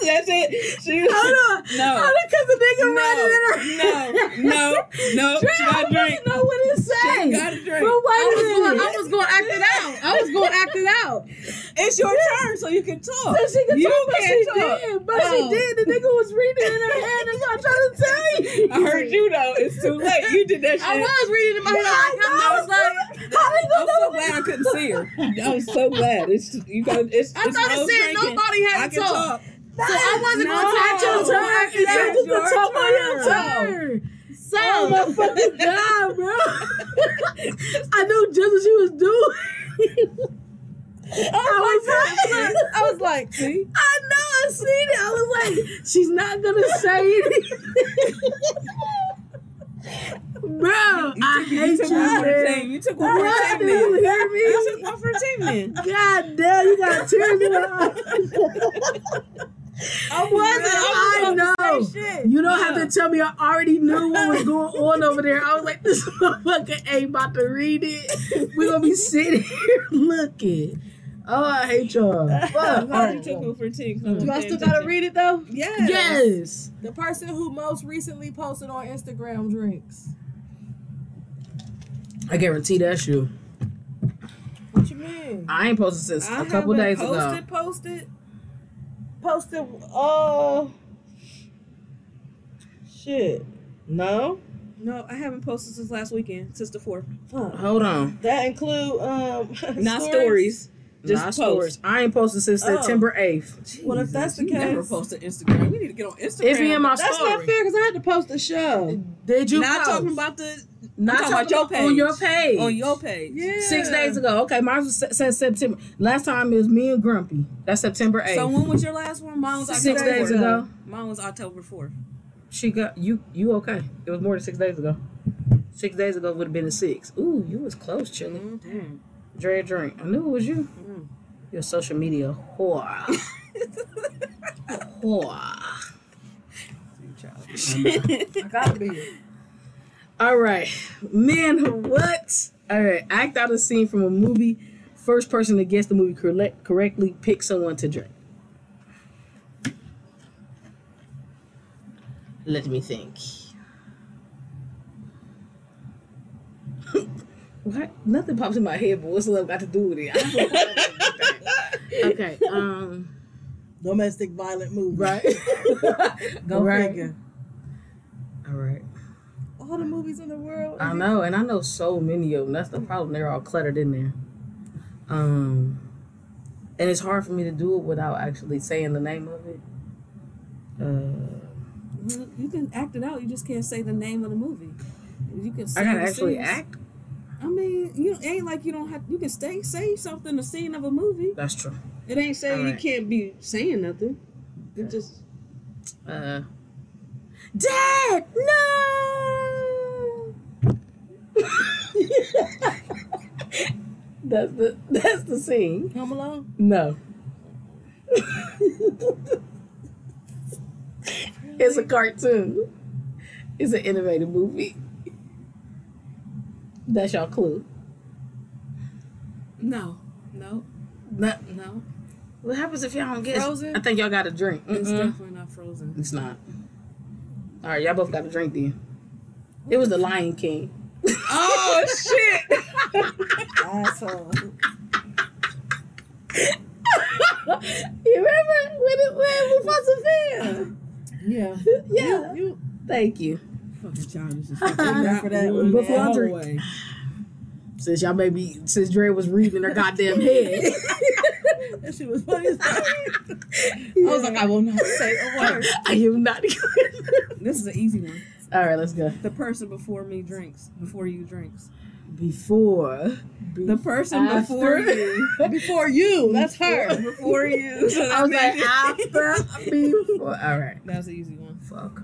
Speaker 4: That's it. She
Speaker 2: Hold on.
Speaker 4: No.
Speaker 2: Hold on, because the nigga running in her.
Speaker 4: no, no, no. She got
Speaker 2: I don't
Speaker 4: drink.
Speaker 2: know what it say.
Speaker 4: She got a
Speaker 2: But wait
Speaker 4: drink.
Speaker 2: a minute.
Speaker 4: was going to act it out. I was going to act it out.
Speaker 5: It's your turn, so you can talk.
Speaker 2: So she could
Speaker 4: You
Speaker 2: talk, but she
Speaker 4: can't talk.
Speaker 2: did. But
Speaker 4: No.
Speaker 2: she did. The nigga was reading in her head. That's what I'm trying to tell you.
Speaker 4: I heard you though. It's too late. You did that shit.
Speaker 5: I was reading in my head. I was like,
Speaker 2: how they
Speaker 5: I'm
Speaker 2: gonna
Speaker 5: so
Speaker 2: know?
Speaker 5: glad I couldn't see her.
Speaker 4: I'm so glad. It's you got. It's.
Speaker 5: I
Speaker 4: it's
Speaker 5: thought
Speaker 4: no
Speaker 5: it said
Speaker 4: drinking.
Speaker 5: nobody
Speaker 4: I
Speaker 5: had to
Speaker 4: can
Speaker 5: talk.
Speaker 4: talk.
Speaker 5: So I wasn't going to
Speaker 2: That's your turn.
Speaker 5: touch your turn.
Speaker 2: You
Speaker 5: That's
Speaker 2: just
Speaker 5: your
Speaker 2: could talk on your
Speaker 5: turn.
Speaker 2: turn.
Speaker 5: So,
Speaker 2: Oh my fucking god, bro! I knew just what she was doing. I was like,
Speaker 5: Oh, I was like, see?
Speaker 2: I know, I seen it. I was like, she's not gonna say anything. Bro, I hate you, man.
Speaker 5: You took one for a
Speaker 2: What?
Speaker 5: team
Speaker 2: Do
Speaker 5: then.
Speaker 2: you hear
Speaker 5: You
Speaker 2: me?
Speaker 5: took one for a team then.
Speaker 2: God damn, you got tears in your eyes.
Speaker 5: I
Speaker 2: I
Speaker 5: wasn't. I
Speaker 2: know.
Speaker 5: was going to say shit.
Speaker 2: You don't have to tell me. I already knew what was going on over there. I was like, this motherfucker ain't about to read it. We're gonna be sitting here looking. Oh, I hate y'all.
Speaker 5: I'm glad you
Speaker 2: Fuck.
Speaker 5: took one for a team. 'cause I
Speaker 4: Do
Speaker 5: wasn't
Speaker 4: I
Speaker 5: paying
Speaker 4: still gotta
Speaker 5: attention.
Speaker 4: read it though?
Speaker 5: Yes.
Speaker 2: Yes.
Speaker 5: The person who most recently posted on Instagram drinks.
Speaker 1: I guarantee that's you.
Speaker 5: What you mean?
Speaker 1: I ain't posted since
Speaker 5: I
Speaker 1: a couple days
Speaker 5: haven't posted,
Speaker 1: ago.
Speaker 5: Posted.
Speaker 2: Posted. Oh.
Speaker 4: Shit. No.
Speaker 5: No, I haven't posted since last weekend, since the fourth.
Speaker 1: Hold on.
Speaker 4: That include um.
Speaker 5: Not
Speaker 4: stories.
Speaker 1: Just
Speaker 2: Just
Speaker 1: nah,
Speaker 2: post.
Speaker 1: stories. I ain't posted since
Speaker 3: Oh.
Speaker 1: September eighth.
Speaker 3: Well, if that's the
Speaker 5: You never
Speaker 3: case,
Speaker 5: post to Instagram. We need to get on Instagram.
Speaker 1: It's me and my
Speaker 2: That's
Speaker 1: story.
Speaker 2: not fair because I had to post the show.
Speaker 1: Did you
Speaker 3: not
Speaker 1: post?
Speaker 3: talking about the
Speaker 1: not
Speaker 3: talking about
Speaker 1: talking
Speaker 3: your page.
Speaker 1: on your page
Speaker 3: on your page.
Speaker 1: six days ago. Okay, mine was se- said September. Last time it was me and Grumpy. That's September eighth.
Speaker 3: So when was your last one? Mine was
Speaker 1: six
Speaker 3: October
Speaker 1: days
Speaker 3: 4th.
Speaker 1: ago,
Speaker 3: Mine was October fourth.
Speaker 1: she got you. You okay? It was more than six days ago. Six days ago would have been a six. Ooh, you was close, chilling. Dre drink. I knew it was you.
Speaker 3: Mm.
Speaker 1: Your social media whore. whore.
Speaker 2: I gotta be.
Speaker 1: All right, man. What? All right. Act out a scene from a movie. First person to guess the movie correct, correctly pick someone to drink. Let me think. what? Nothing pops in my head, but what's love got to do with it? I don't know. okay. Um.
Speaker 2: Domestic violent movie.
Speaker 1: Right.
Speaker 2: Go
Speaker 1: Right.
Speaker 2: figure.
Speaker 1: All right.
Speaker 2: All the movies in the world.
Speaker 1: I know, and I know so many of them. That's the problem. They're all cluttered in there. Um, and it's hard for me to do it without actually saying the name of it. Uh,
Speaker 5: You can act it out. You just can't say the name of the movie. You can.
Speaker 1: I
Speaker 5: sing
Speaker 1: gotta
Speaker 5: the
Speaker 1: actually
Speaker 5: scenes.
Speaker 1: act.
Speaker 5: I mean, you ain't like you don't have. You can stay say something the scene of a movie.
Speaker 1: That's true.
Speaker 4: It ain't saying
Speaker 1: All
Speaker 4: you
Speaker 1: right.
Speaker 4: can't be saying nothing. It just
Speaker 1: Uh, Dad, no. that's the that's the scene.
Speaker 2: Home Alone.
Speaker 1: No. It's a cartoon. It's an animated movie. That's your clue.
Speaker 5: No, no,
Speaker 1: Not,
Speaker 5: no.
Speaker 1: what happens if y'all don't get
Speaker 5: Frozen?
Speaker 1: I think y'all got to drink.
Speaker 5: It's
Speaker 1: Mm-mm.
Speaker 5: definitely not Frozen.
Speaker 1: It's not. All right, y'all both got to drink then. It was the Lion King.
Speaker 5: Oh shit!
Speaker 2: Asshole.
Speaker 1: You remember when it was Mufasa Fair?
Speaker 2: Yeah.
Speaker 1: Yeah.
Speaker 2: You,
Speaker 1: Thank you.
Speaker 3: Fucking childish.
Speaker 2: Remember that one,
Speaker 1: Before
Speaker 2: man.
Speaker 1: I drink. Since y'all maybe since Dre was reading her goddamn head.
Speaker 2: you- that shit was funny as fuck. I was like, I will not say a word.
Speaker 1: I am not.
Speaker 3: This is an easy one.
Speaker 1: All right, let's go.
Speaker 3: The person before me drinks. Before you drinks.
Speaker 1: Before
Speaker 3: The person
Speaker 1: After
Speaker 3: before you.
Speaker 1: you.
Speaker 2: Before you, that's her.
Speaker 3: Before you. So that
Speaker 1: I was like
Speaker 3: means-
Speaker 1: after before. All right.
Speaker 3: That was an easy one.
Speaker 1: Fuck.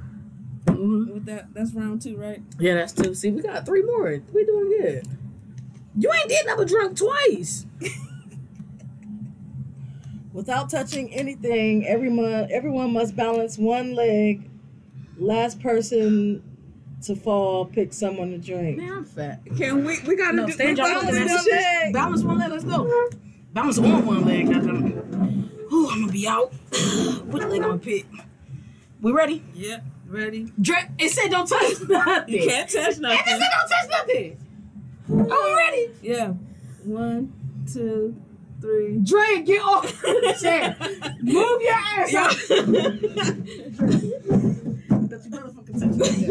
Speaker 1: Mhm.
Speaker 3: With that, that's round two, right?
Speaker 1: Yeah, that's two. See, we got three more. We doing good. You ain't did never drunk twice.
Speaker 2: Without touching anything, every month, everyone must balance one leg. Last person to fall, pick someone to drink.
Speaker 1: Man, I'm fat.
Speaker 4: can we we gotta
Speaker 1: No,
Speaker 4: do
Speaker 1: stand y'all
Speaker 4: balance
Speaker 1: up and
Speaker 4: them
Speaker 1: sit
Speaker 4: legs.
Speaker 1: Balance one leg. Let's go. Balance on one leg. Goddamn. Ooh, I'm gonna be out. Which leg I'm gonna pick? We ready?
Speaker 3: Yep. Ready?
Speaker 1: Dre, it said don't touch nothing.
Speaker 3: You can't touch
Speaker 1: It just
Speaker 3: nothing.
Speaker 1: said don't touch nothing. Are we ready?
Speaker 3: Yeah. One, two, three.
Speaker 1: Dre, get off the chair. Move your ass
Speaker 3: Yeah.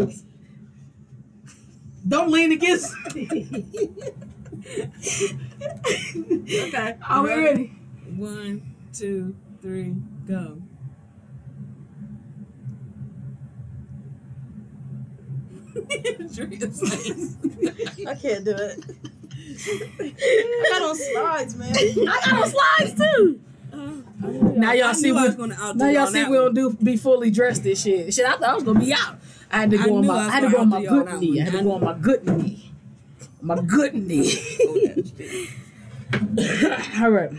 Speaker 1: out. Don't lean against.
Speaker 3: okay.
Speaker 1: Are we ready?
Speaker 3: One, two, three, go. Drink is like-
Speaker 2: I can't do it. I got on slides, man.
Speaker 1: I got on slides too. Now y'all
Speaker 3: Uh, I
Speaker 1: see
Speaker 3: knew I
Speaker 1: we-
Speaker 3: was gonna outdo
Speaker 1: Now
Speaker 3: you
Speaker 1: y'all
Speaker 3: on
Speaker 1: see
Speaker 3: that
Speaker 1: we
Speaker 3: one.
Speaker 1: don't do be fully dressed and shit. Shit, I thought I was gonna be out. I had to
Speaker 3: I
Speaker 1: go on
Speaker 3: knew
Speaker 1: my
Speaker 3: I
Speaker 1: I
Speaker 3: was
Speaker 1: had to
Speaker 3: gonna
Speaker 1: go on my
Speaker 3: outdo y'all on that
Speaker 1: good knee. I
Speaker 3: one.
Speaker 1: had to go on my good knee. My good knee. All right.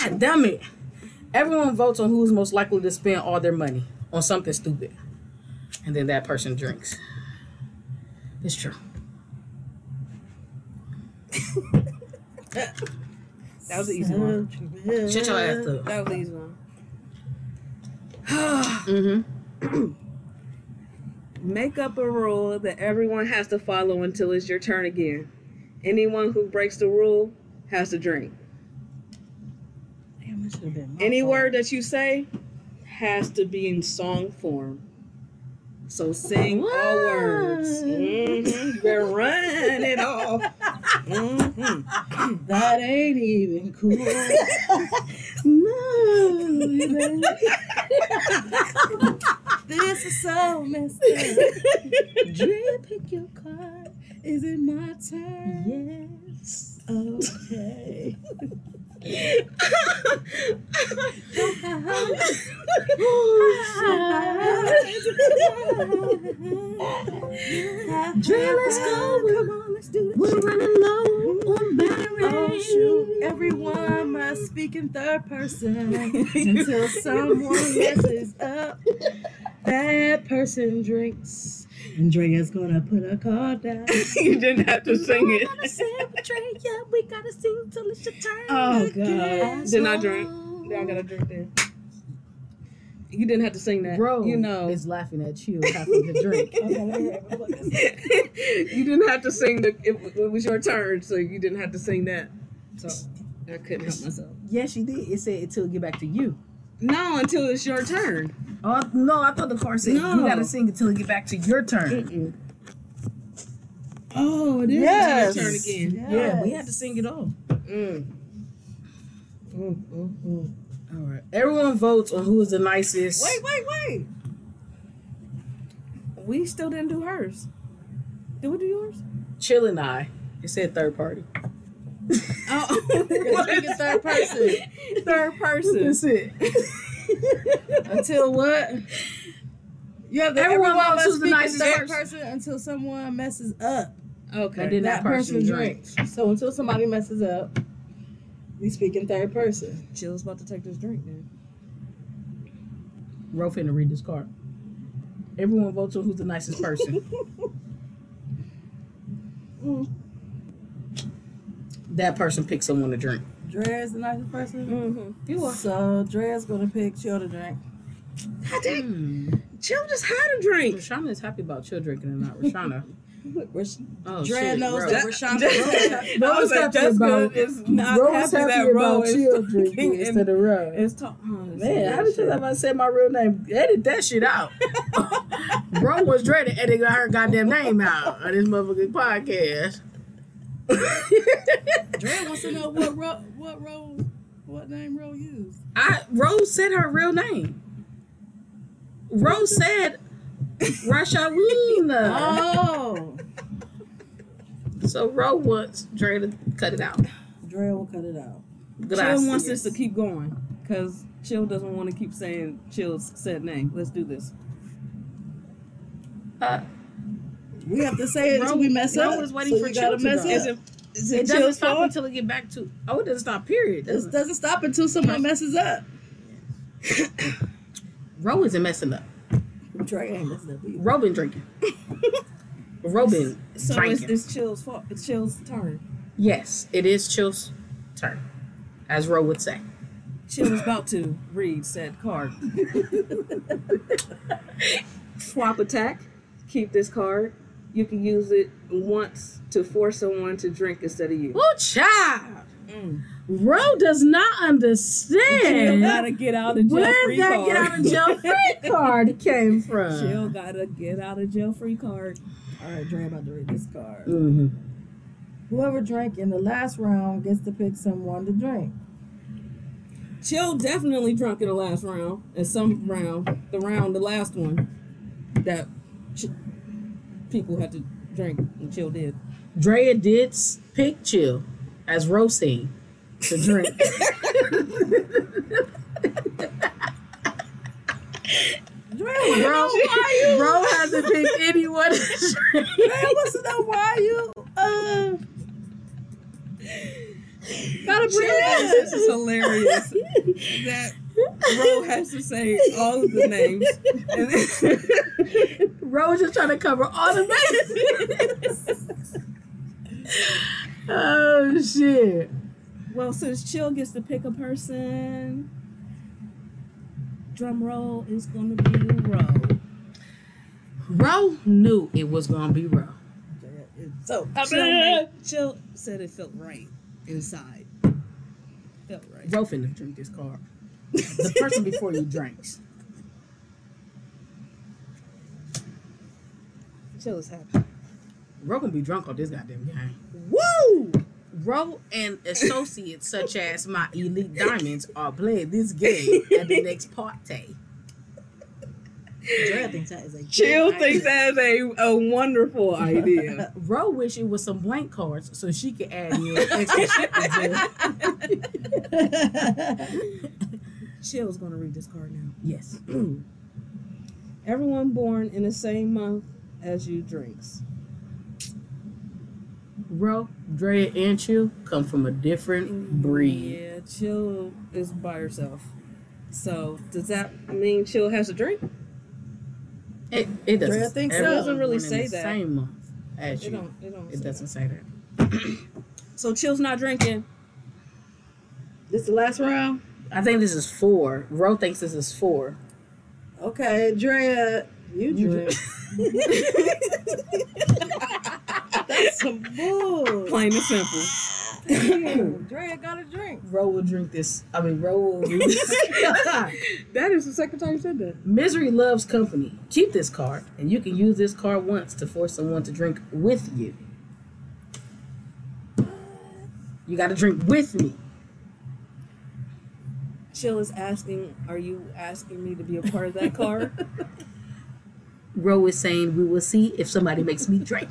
Speaker 1: God damn it. Everyone votes on who's most likely to spend all their money on something stupid. And then that person drinks. It's true.
Speaker 3: That was an easy one.
Speaker 1: Shut your ass up.
Speaker 3: That was an easy one.
Speaker 1: Mm-hmm.
Speaker 3: Make up a rule that
Speaker 4: Everyone has to follow until it's your turn again. Anyone who breaks the rule has to drink.
Speaker 2: Damn, that should have been my
Speaker 4: Any
Speaker 2: fault.
Speaker 4: word that you say has to be in song form. So sing all words. Mm-hmm.
Speaker 1: What?
Speaker 4: Mhm. You better run it all.
Speaker 2: That ain't even cool. no, it ain't.
Speaker 3: This is so messed up.
Speaker 2: Dream, pick your card. Is it my turn? Yes. Okay.
Speaker 1: Dre, let's go.
Speaker 3: Come on, let's do this.
Speaker 1: We're running low on
Speaker 2: Oh shoot! Everyone must speak in third person until someone messes up. That person drinks. Andrea's gonna put a card down.
Speaker 4: you didn't have to sing it.
Speaker 3: we gotta sing till it's your turn.
Speaker 2: Oh god!
Speaker 4: Then I drink. Then I got a drink there. You didn't have to sing that.
Speaker 1: Bro,
Speaker 4: you know.
Speaker 1: is laughing at you having to drink.
Speaker 4: you didn't have to sing the it, w- it was your turn, so you didn't have to sing that. So I couldn't help myself.
Speaker 1: yes, she did. It said it'll get back to you.
Speaker 4: No, until it's your turn.
Speaker 1: Oh no, I thought the car said you
Speaker 4: No.
Speaker 1: gotta sing until it get back to your turn.
Speaker 4: Oh, it is
Speaker 2: Yes.
Speaker 4: your turn again.
Speaker 1: Yeah, we had to sing it all.
Speaker 4: Mm. Mm, mm, mm.
Speaker 1: All right. Everyone votes on who is the nicest.
Speaker 5: Wait, wait, wait. We still didn't do hers. Did we do yours?
Speaker 1: Chill and I. It said third party.
Speaker 4: Oh,
Speaker 2: Speak in third person
Speaker 5: Third person.
Speaker 1: That's it.
Speaker 2: until what? You have the
Speaker 1: Everyone
Speaker 2: everyone,
Speaker 1: wants
Speaker 2: must
Speaker 1: who's the
Speaker 2: speak in
Speaker 1: nicest
Speaker 2: third
Speaker 1: person.
Speaker 2: person until someone messes up.
Speaker 1: I
Speaker 4: okay.
Speaker 1: did that
Speaker 2: that, person,
Speaker 1: person drink.
Speaker 2: drinks. So until somebody messes up, we speak in third person.
Speaker 5: Jill's about to take this drink then.
Speaker 1: Ro finna read this card. Everyone votes on who's the nicest person.
Speaker 2: Mm.
Speaker 1: That person picks someone to drink.
Speaker 2: Dre is the nicest person.
Speaker 5: Mm-hmm.
Speaker 2: So Dre's gonna pick Chill to drink.
Speaker 4: I did.
Speaker 1: Mm.
Speaker 4: Jill just had a drink.
Speaker 1: Rashana is happy about chill drinking and not Rashana. Oh,
Speaker 2: Dre
Speaker 1: shit,
Speaker 2: knows
Speaker 1: Ro.
Speaker 2: that Rashonda.
Speaker 1: Ro
Speaker 3: I was
Speaker 1: was
Speaker 3: like,
Speaker 1: happy
Speaker 3: that's
Speaker 1: about-
Speaker 3: good. It's not
Speaker 1: Ro was
Speaker 3: happy
Speaker 1: happy
Speaker 3: that Ro
Speaker 1: about chill
Speaker 3: is
Speaker 1: drinking
Speaker 3: drinking and
Speaker 1: instead of Ro.
Speaker 3: it's talk. Man,
Speaker 1: Man, how did you let I say my real name? Edit that shit out. Bro was dreading editing her goddamn name out of this motherfucking podcast.
Speaker 2: Dre wants to know what ro- what role what name Ro used.
Speaker 1: I Rose said her real name. Rose said Rashalina.
Speaker 2: Oh,
Speaker 1: So Rose wants Dre to cut it out.
Speaker 2: Dre will cut it out.
Speaker 1: Gracias.
Speaker 5: Chill wants us to keep going because Chill doesn't want to keep saying Chill's said name. Let's do this.
Speaker 2: We have to say it until we mess
Speaker 1: Ro
Speaker 2: up.
Speaker 1: was waiting
Speaker 2: so
Speaker 1: for
Speaker 2: you
Speaker 1: Chill
Speaker 2: gotta
Speaker 1: to
Speaker 2: mess
Speaker 1: go.
Speaker 2: up. Is
Speaker 1: It
Speaker 2: it,
Speaker 1: doesn't
Speaker 2: Chill's
Speaker 1: stop
Speaker 2: fault?
Speaker 1: until it get back to. Oh, it doesn't stop. Period.
Speaker 2: It
Speaker 1: Doesn't it?
Speaker 2: doesn't stop until someone messes up.
Speaker 1: Ro isn't messing up.
Speaker 2: Dre ain't messing up. either.
Speaker 1: Robin drinking. Robin
Speaker 5: So it's,
Speaker 1: drinking.
Speaker 5: it's Chill's fault. It's Chill's turn.
Speaker 1: Yes, it is Chill's turn, as Ro would say.
Speaker 5: Chill is about to read said card.
Speaker 4: Swap attack. Keep this card. You can use it once to force someone to drink instead of you.
Speaker 1: Oh, child. Mm. Ro does not
Speaker 5: Chill
Speaker 1: understand
Speaker 5: gotta get out of jail
Speaker 1: where
Speaker 5: free
Speaker 1: that
Speaker 5: card.
Speaker 1: get out of jail free card came from.
Speaker 2: Uh.
Speaker 5: Chill gotta get out of jail free card.
Speaker 2: All right, Dre about to read this card.
Speaker 1: Mhm.
Speaker 2: Whoever drank in the last round gets to pick someone to drink.
Speaker 5: Chill definitely drunk in the last round, and some round, the round, the last one that ch- people had to drink, and Chill did.
Speaker 1: Drea did s- pick Chill as Rosine to drink.
Speaker 2: Dre,
Speaker 1: Ro,
Speaker 2: Dre
Speaker 1: Ro hasn't picked anyone to drink.
Speaker 2: wants to know why you uh gotta bring
Speaker 5: This
Speaker 2: it
Speaker 5: is hilarious that Ro has to say all of the names. And then-
Speaker 1: Ro was just trying to cover all the bases. oh shit.
Speaker 5: well, since Chill gets to pick a person, drum roll is gonna be Ro.
Speaker 1: Ro knew it was gonna be Ro.
Speaker 2: in. So
Speaker 5: Chill, Chill said it felt right inside. Felt right.
Speaker 1: Ro finna drink this card. The person before you drinks.
Speaker 5: Chill is happy.
Speaker 1: Ro gonna be drunk on this goddamn game.
Speaker 5: Woo!
Speaker 1: Who? Roe and associates such as my elite diamonds are playing this game at the next party.
Speaker 3: Drea thinks that is a
Speaker 4: Chill
Speaker 3: good
Speaker 4: thinks that's a, a wonderful idea.
Speaker 1: Roe wish it was some blank cards so she could add in extra shit to do.
Speaker 3: idea.
Speaker 5: Chill's gonna read this card now.
Speaker 1: Yes.
Speaker 5: Everyone born in the same month as you drinks.
Speaker 1: Roe, Drea, and Chill come from a different breed.
Speaker 5: Yeah, Chill is by herself. So does that
Speaker 4: I mean, Chill has a drink.
Speaker 1: It, it doesn't,
Speaker 2: Drea thinks so.
Speaker 1: everyone
Speaker 5: Doesn't really
Speaker 1: born in
Speaker 5: say
Speaker 1: the
Speaker 5: that.
Speaker 1: Same month as you.
Speaker 5: it don't it don't
Speaker 1: It doesn't say that.
Speaker 5: So Chill's not drinking.
Speaker 2: This the last round.
Speaker 1: I think this is four. Roe thinks this is four.
Speaker 2: Okay, Drea, you drink. That's some bull.
Speaker 5: Plain and simple.
Speaker 3: Drea got a drink.
Speaker 1: Roe will drink this. I mean, Roe will read this.
Speaker 4: That is the second time you said that.
Speaker 1: Misery loves company. Keep this card, and you can use this card once to force someone to drink with you. You got to drink with me.
Speaker 5: Chill is asking, are you asking me to be a part of that card?
Speaker 1: Roe is saying, "We will see if somebody makes me drink."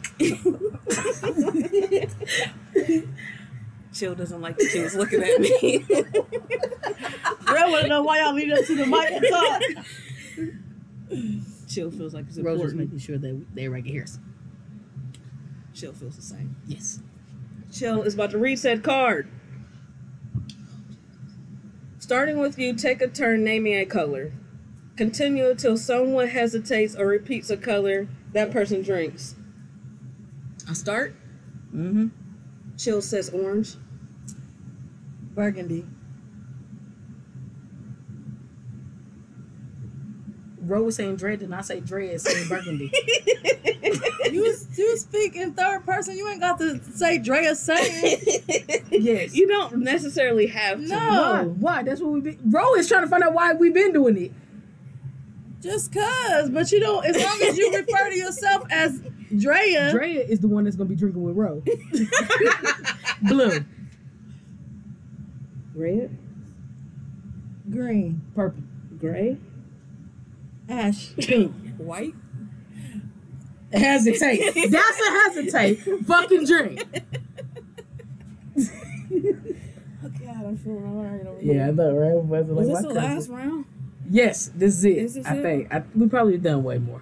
Speaker 5: Chill doesn't like that she was looking at me.
Speaker 2: Drea want to know why y'all leave up to the mic and talk.
Speaker 5: Chill feels like it's
Speaker 1: Roe is
Speaker 5: important.
Speaker 1: making sure that everybody can hear us.
Speaker 5: Chill feels the same.
Speaker 1: Yes.
Speaker 4: Chill is about to read said card. Starting with you, take a turn naming a color. Continue until someone hesitates or repeats a color that person drinks.
Speaker 5: I start.
Speaker 1: Mm-hmm.
Speaker 4: Chill says orange.
Speaker 2: Burgundy.
Speaker 1: Roe was saying dread, and I say dread, saying burgundy.
Speaker 2: You you speak in third person. You ain't got to say Drea saying.
Speaker 1: yes.
Speaker 4: You don't necessarily have to.
Speaker 1: Why?
Speaker 2: No,
Speaker 1: Why? That's what we be. Roe is trying to find out why we've been doing it.
Speaker 2: just cause. But you don't. As long as you refer to yourself as Drea,
Speaker 1: Drea is the one that's gonna be drinking with Roe. Blue,
Speaker 4: Red,
Speaker 2: green,
Speaker 1: purple,
Speaker 4: gray,
Speaker 2: ash.
Speaker 1: pink.
Speaker 5: White.
Speaker 1: Hesitate. That's a hesitate. Fucking drink.
Speaker 5: Oh God, I'm feeling alright over
Speaker 1: Yeah, I know, right? We wasn't like,
Speaker 5: Is this
Speaker 1: why
Speaker 5: the
Speaker 1: cousin?
Speaker 5: last round?
Speaker 1: Yes, this is it.
Speaker 5: Is this
Speaker 1: I
Speaker 5: it?
Speaker 1: think I, we probably done way more.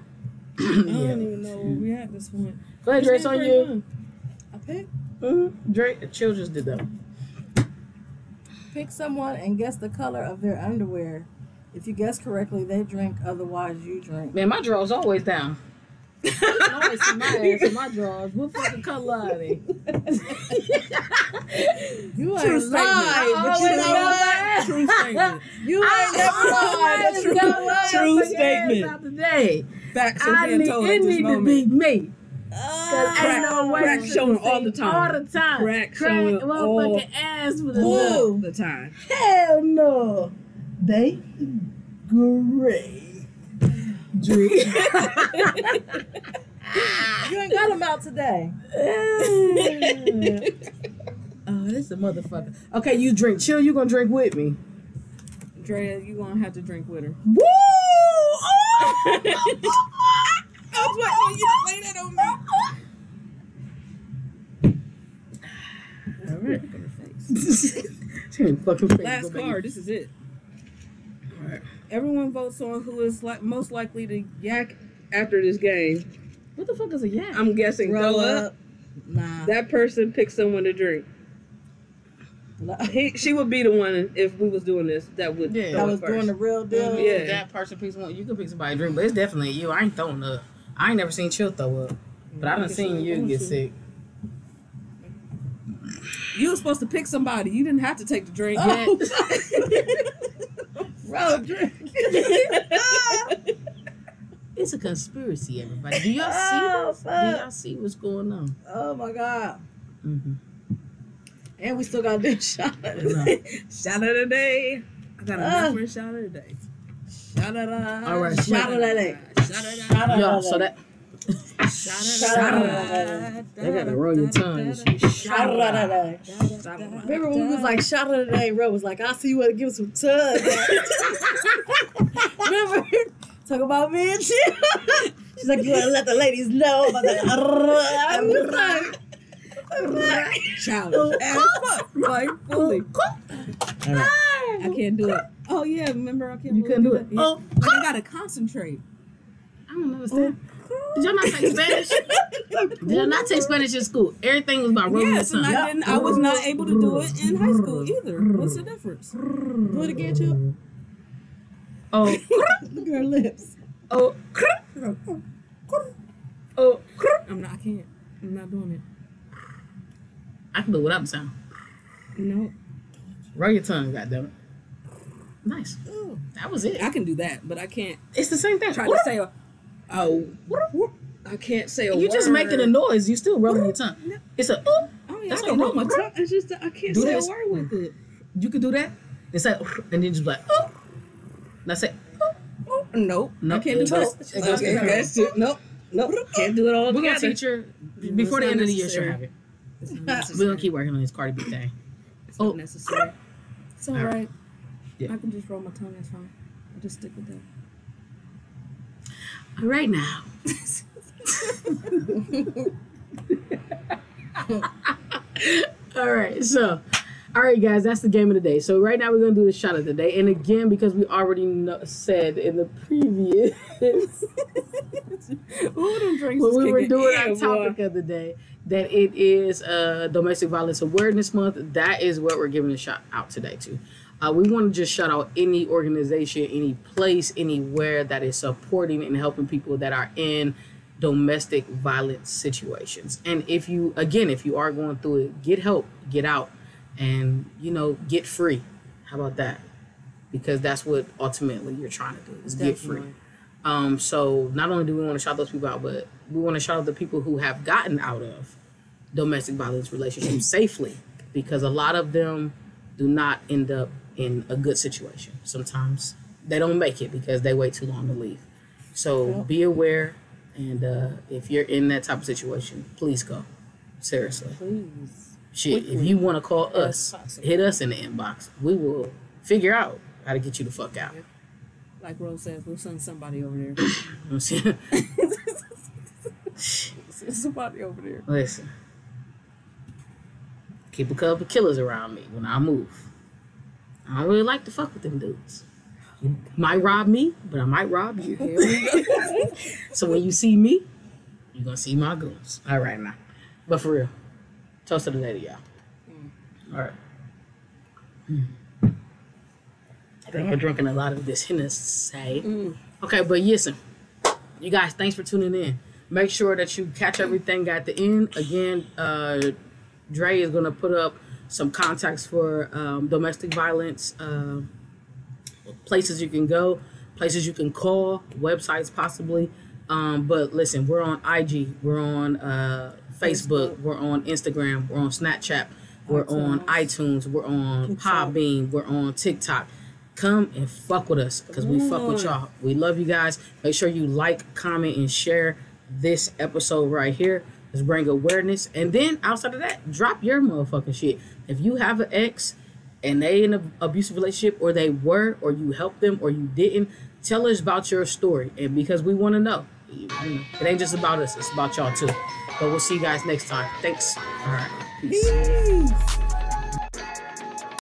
Speaker 5: I don't even know where we at this point.
Speaker 1: Go ahead, Dre. It's on you.
Speaker 2: I pick
Speaker 1: Mm-hmm. Dre, Chill just did that. one.
Speaker 2: pick someone and guess the color of their underwear. If you guess correctly, they drink. Otherwise, you drink.
Speaker 1: Man, my drawers always down. I always see my ass in my drawers. What fucking color are they?
Speaker 2: You
Speaker 5: True
Speaker 2: ain't
Speaker 5: statement.
Speaker 2: lying. But you
Speaker 1: Always
Speaker 2: know
Speaker 1: on my
Speaker 2: what?
Speaker 1: ass.
Speaker 5: True statement.
Speaker 2: You ain't never
Speaker 1: I
Speaker 2: lied.
Speaker 1: always
Speaker 5: True-
Speaker 1: got my
Speaker 5: true
Speaker 1: fucking ass
Speaker 5: statement.
Speaker 1: out Today,
Speaker 5: Facts are
Speaker 1: I
Speaker 5: being
Speaker 1: need
Speaker 5: told
Speaker 1: it
Speaker 5: at this
Speaker 1: need to
Speaker 5: moment.
Speaker 1: be me.
Speaker 2: Ah.
Speaker 1: Cause ain't no way
Speaker 4: Crack
Speaker 1: you
Speaker 4: showing
Speaker 1: can
Speaker 4: all the
Speaker 1: see
Speaker 4: time.
Speaker 1: All the time.
Speaker 4: Crack showing
Speaker 1: motherfucking
Speaker 4: all-
Speaker 1: ass with a
Speaker 4: all the time.
Speaker 2: Hell no. They great.
Speaker 1: drink.
Speaker 2: You ain't got them out today.
Speaker 1: oh, this a motherfucker. Okay, you drink. Chill, you gonna drink with me.
Speaker 5: Drea, you gonna have to drink with her.
Speaker 1: Woo!
Speaker 5: I was waiting on you to play that on me.
Speaker 1: All right. She ain't fucking face.
Speaker 5: Last
Speaker 1: Go back.
Speaker 5: card. This is it.
Speaker 1: Alright.
Speaker 5: Everyone votes on who is like most likely to
Speaker 4: Yak after this game.
Speaker 1: What the fuck is a yak?
Speaker 4: I'm guessing
Speaker 2: Roll
Speaker 4: throw up.
Speaker 2: up. Nah.
Speaker 4: That person picks someone to drink. He, she would be the one if we was doing this that would.
Speaker 1: Yeah.
Speaker 4: throw
Speaker 2: I
Speaker 4: up
Speaker 2: was
Speaker 4: first.
Speaker 2: doing the real deal.
Speaker 4: Mm-hmm. Yeah.
Speaker 1: That person picks one. You can pick somebody to drink, but it's definitely you. I ain't throwing up. I ain't never seen Chill throw up, but I done seen you get sick.
Speaker 5: You were supposed to pick somebody. You didn't have to take the drink.
Speaker 1: Oh.
Speaker 2: Road drink.
Speaker 1: It's a conspiracy, everybody. Do y'all
Speaker 2: Oh,
Speaker 1: see?
Speaker 2: fuck.
Speaker 1: Do y'all see what's going on?
Speaker 2: Oh my God.
Speaker 1: Mm-hmm.
Speaker 2: And we still got to do shot.
Speaker 5: Shout out today. I got a
Speaker 2: Ah.
Speaker 5: reference Uh, shout out today. Shout out.
Speaker 1: All right,
Speaker 2: Shot of that.
Speaker 5: Shout out.
Speaker 2: Shot of
Speaker 1: Y'all,
Speaker 2: that.
Speaker 1: so that They gotta roll your tongue.
Speaker 2: Sha-ra-ra-ra. Remember when we was like, shout out today, bro was like, I'll see you at give us some tug. Remember? Talk about me and shit. She's like, you gotta let the ladies know about the I was like,
Speaker 5: childish as fuck. Like fully. I can't do it. Oh yeah, remember I can't.
Speaker 1: You
Speaker 5: really
Speaker 1: couldn't do it.
Speaker 5: that. Yeah.
Speaker 1: Oh,
Speaker 5: Like, I gotta concentrate.
Speaker 1: I don't understand. Did y'all not take Spanish? Did y'all not take Spanish in school? Everything was about rolling
Speaker 5: Yes,
Speaker 1: your
Speaker 5: and
Speaker 1: tongue.
Speaker 5: I didn't. I was not able to do it in high school either. What's the difference? Do it again, too.
Speaker 1: Oh,
Speaker 2: look at her lips.
Speaker 1: oh, oh.
Speaker 5: I'm not. I can't. I'm not doing it.
Speaker 1: I can do it without the sound.
Speaker 5: No,
Speaker 1: Roll your tongue, goddammit. Nice. That was it.
Speaker 5: Oh. I can do that, but I can't
Speaker 1: It's the same thing.
Speaker 5: try to say.
Speaker 1: Oh,
Speaker 4: I can't say a
Speaker 1: you just
Speaker 4: word.
Speaker 1: making a noise. You still rolling your tongue. It's a. Oop.
Speaker 5: Oh yeah,
Speaker 1: That's
Speaker 5: I can
Speaker 1: a
Speaker 5: roll my
Speaker 1: roll.
Speaker 5: tongue.
Speaker 4: It's just that I can't
Speaker 1: Do
Speaker 4: say
Speaker 1: this.
Speaker 4: a word with it.
Speaker 1: You could do that. It's like, and then you just like. Oop. That's it.
Speaker 5: Nope.
Speaker 1: No,
Speaker 5: I can't do
Speaker 1: it goes-
Speaker 5: both.
Speaker 1: it goes
Speaker 4: Okay,
Speaker 1: together.
Speaker 4: that's it. Nope. Nope. Can't do it all
Speaker 1: We're gonna
Speaker 4: together.
Speaker 1: teach her before the
Speaker 5: not
Speaker 1: end of the year. She'll
Speaker 5: necessary.
Speaker 1: have it. We're gonna keep working on this Cardi B thing.
Speaker 5: It's
Speaker 1: Oh.
Speaker 5: not necessary. It's all
Speaker 1: All right.
Speaker 5: right.
Speaker 1: Yeah.
Speaker 5: I can just roll my tongue. That's fine. I'll just stick with that.
Speaker 1: All right now. all right, so all right, guys, that's the game of the day. So right now we're gonna do the shot of the day, and again because we already know, said in the previous
Speaker 5: Ooh, them drinks
Speaker 1: when
Speaker 5: is
Speaker 1: we were
Speaker 5: kicking
Speaker 1: doing
Speaker 4: in,
Speaker 1: our
Speaker 4: boy.
Speaker 1: topic of the day that it is uh, domestic violence awareness month that is what we're giving a shout out today to uh, we want to just shout out any organization any place anywhere that is supporting and helping people that are in domestic violence situations and if you again if you are going through it get help get out and you know get free how about that because that's what ultimately you're trying to do is get free um, so not only do we want to shout those people out, but we want to shout out the people who have gotten out of domestic violence relationships safely, because a lot of them do not end up in a good situation. Sometimes they don't make it because they wait too long to leave. So be aware, and uh, if you're in that type of situation, please go. Seriously,
Speaker 5: Please.
Speaker 1: shit. If you want to call us,
Speaker 5: possible.
Speaker 1: hit us in the inbox. We will figure out how to get you the fuck out.
Speaker 5: Like Rose says, we'll send somebody over there.
Speaker 1: You know what I'm saying?
Speaker 5: send somebody over there.
Speaker 1: Listen. Keep a couple killers around me when I move. I don't really like to fuck with them dudes. You might rob me, but I might rob you.
Speaker 5: Here we go.
Speaker 1: so when you see me, you're gonna see my goons. All right now. But for real. Toast to the lady, y'all. All right. Mm. I think we're drinking a lot of this Hennessy. Okay, but listen, you guys, thanks for tuning in. Make sure that you catch everything at the end. Again, uh, Dre is gonna put up some contacts for um, domestic violence, uh, places you can go, places you can call, websites possibly. Um, but listen, we're on IG, we're on uh, Facebook, we're on Instagram, we're on Snapchat, we're on iTunes, we're on Podbean, we're on TikTok. Come and fuck with us because we fuck with y'all. We love you guys. Make sure you like, comment, and share this episode right here. Let's bring awareness. And then outside of that, drop your motherfucking shit. If you have an ex and they in an abusive relationship or they were or you helped them or you didn't, tell us about your story. And because we want to know. You know, It ain't just about us, it's about y'all too. But we'll see you guys next time. Thanks. All right. Peace.
Speaker 5: Peace.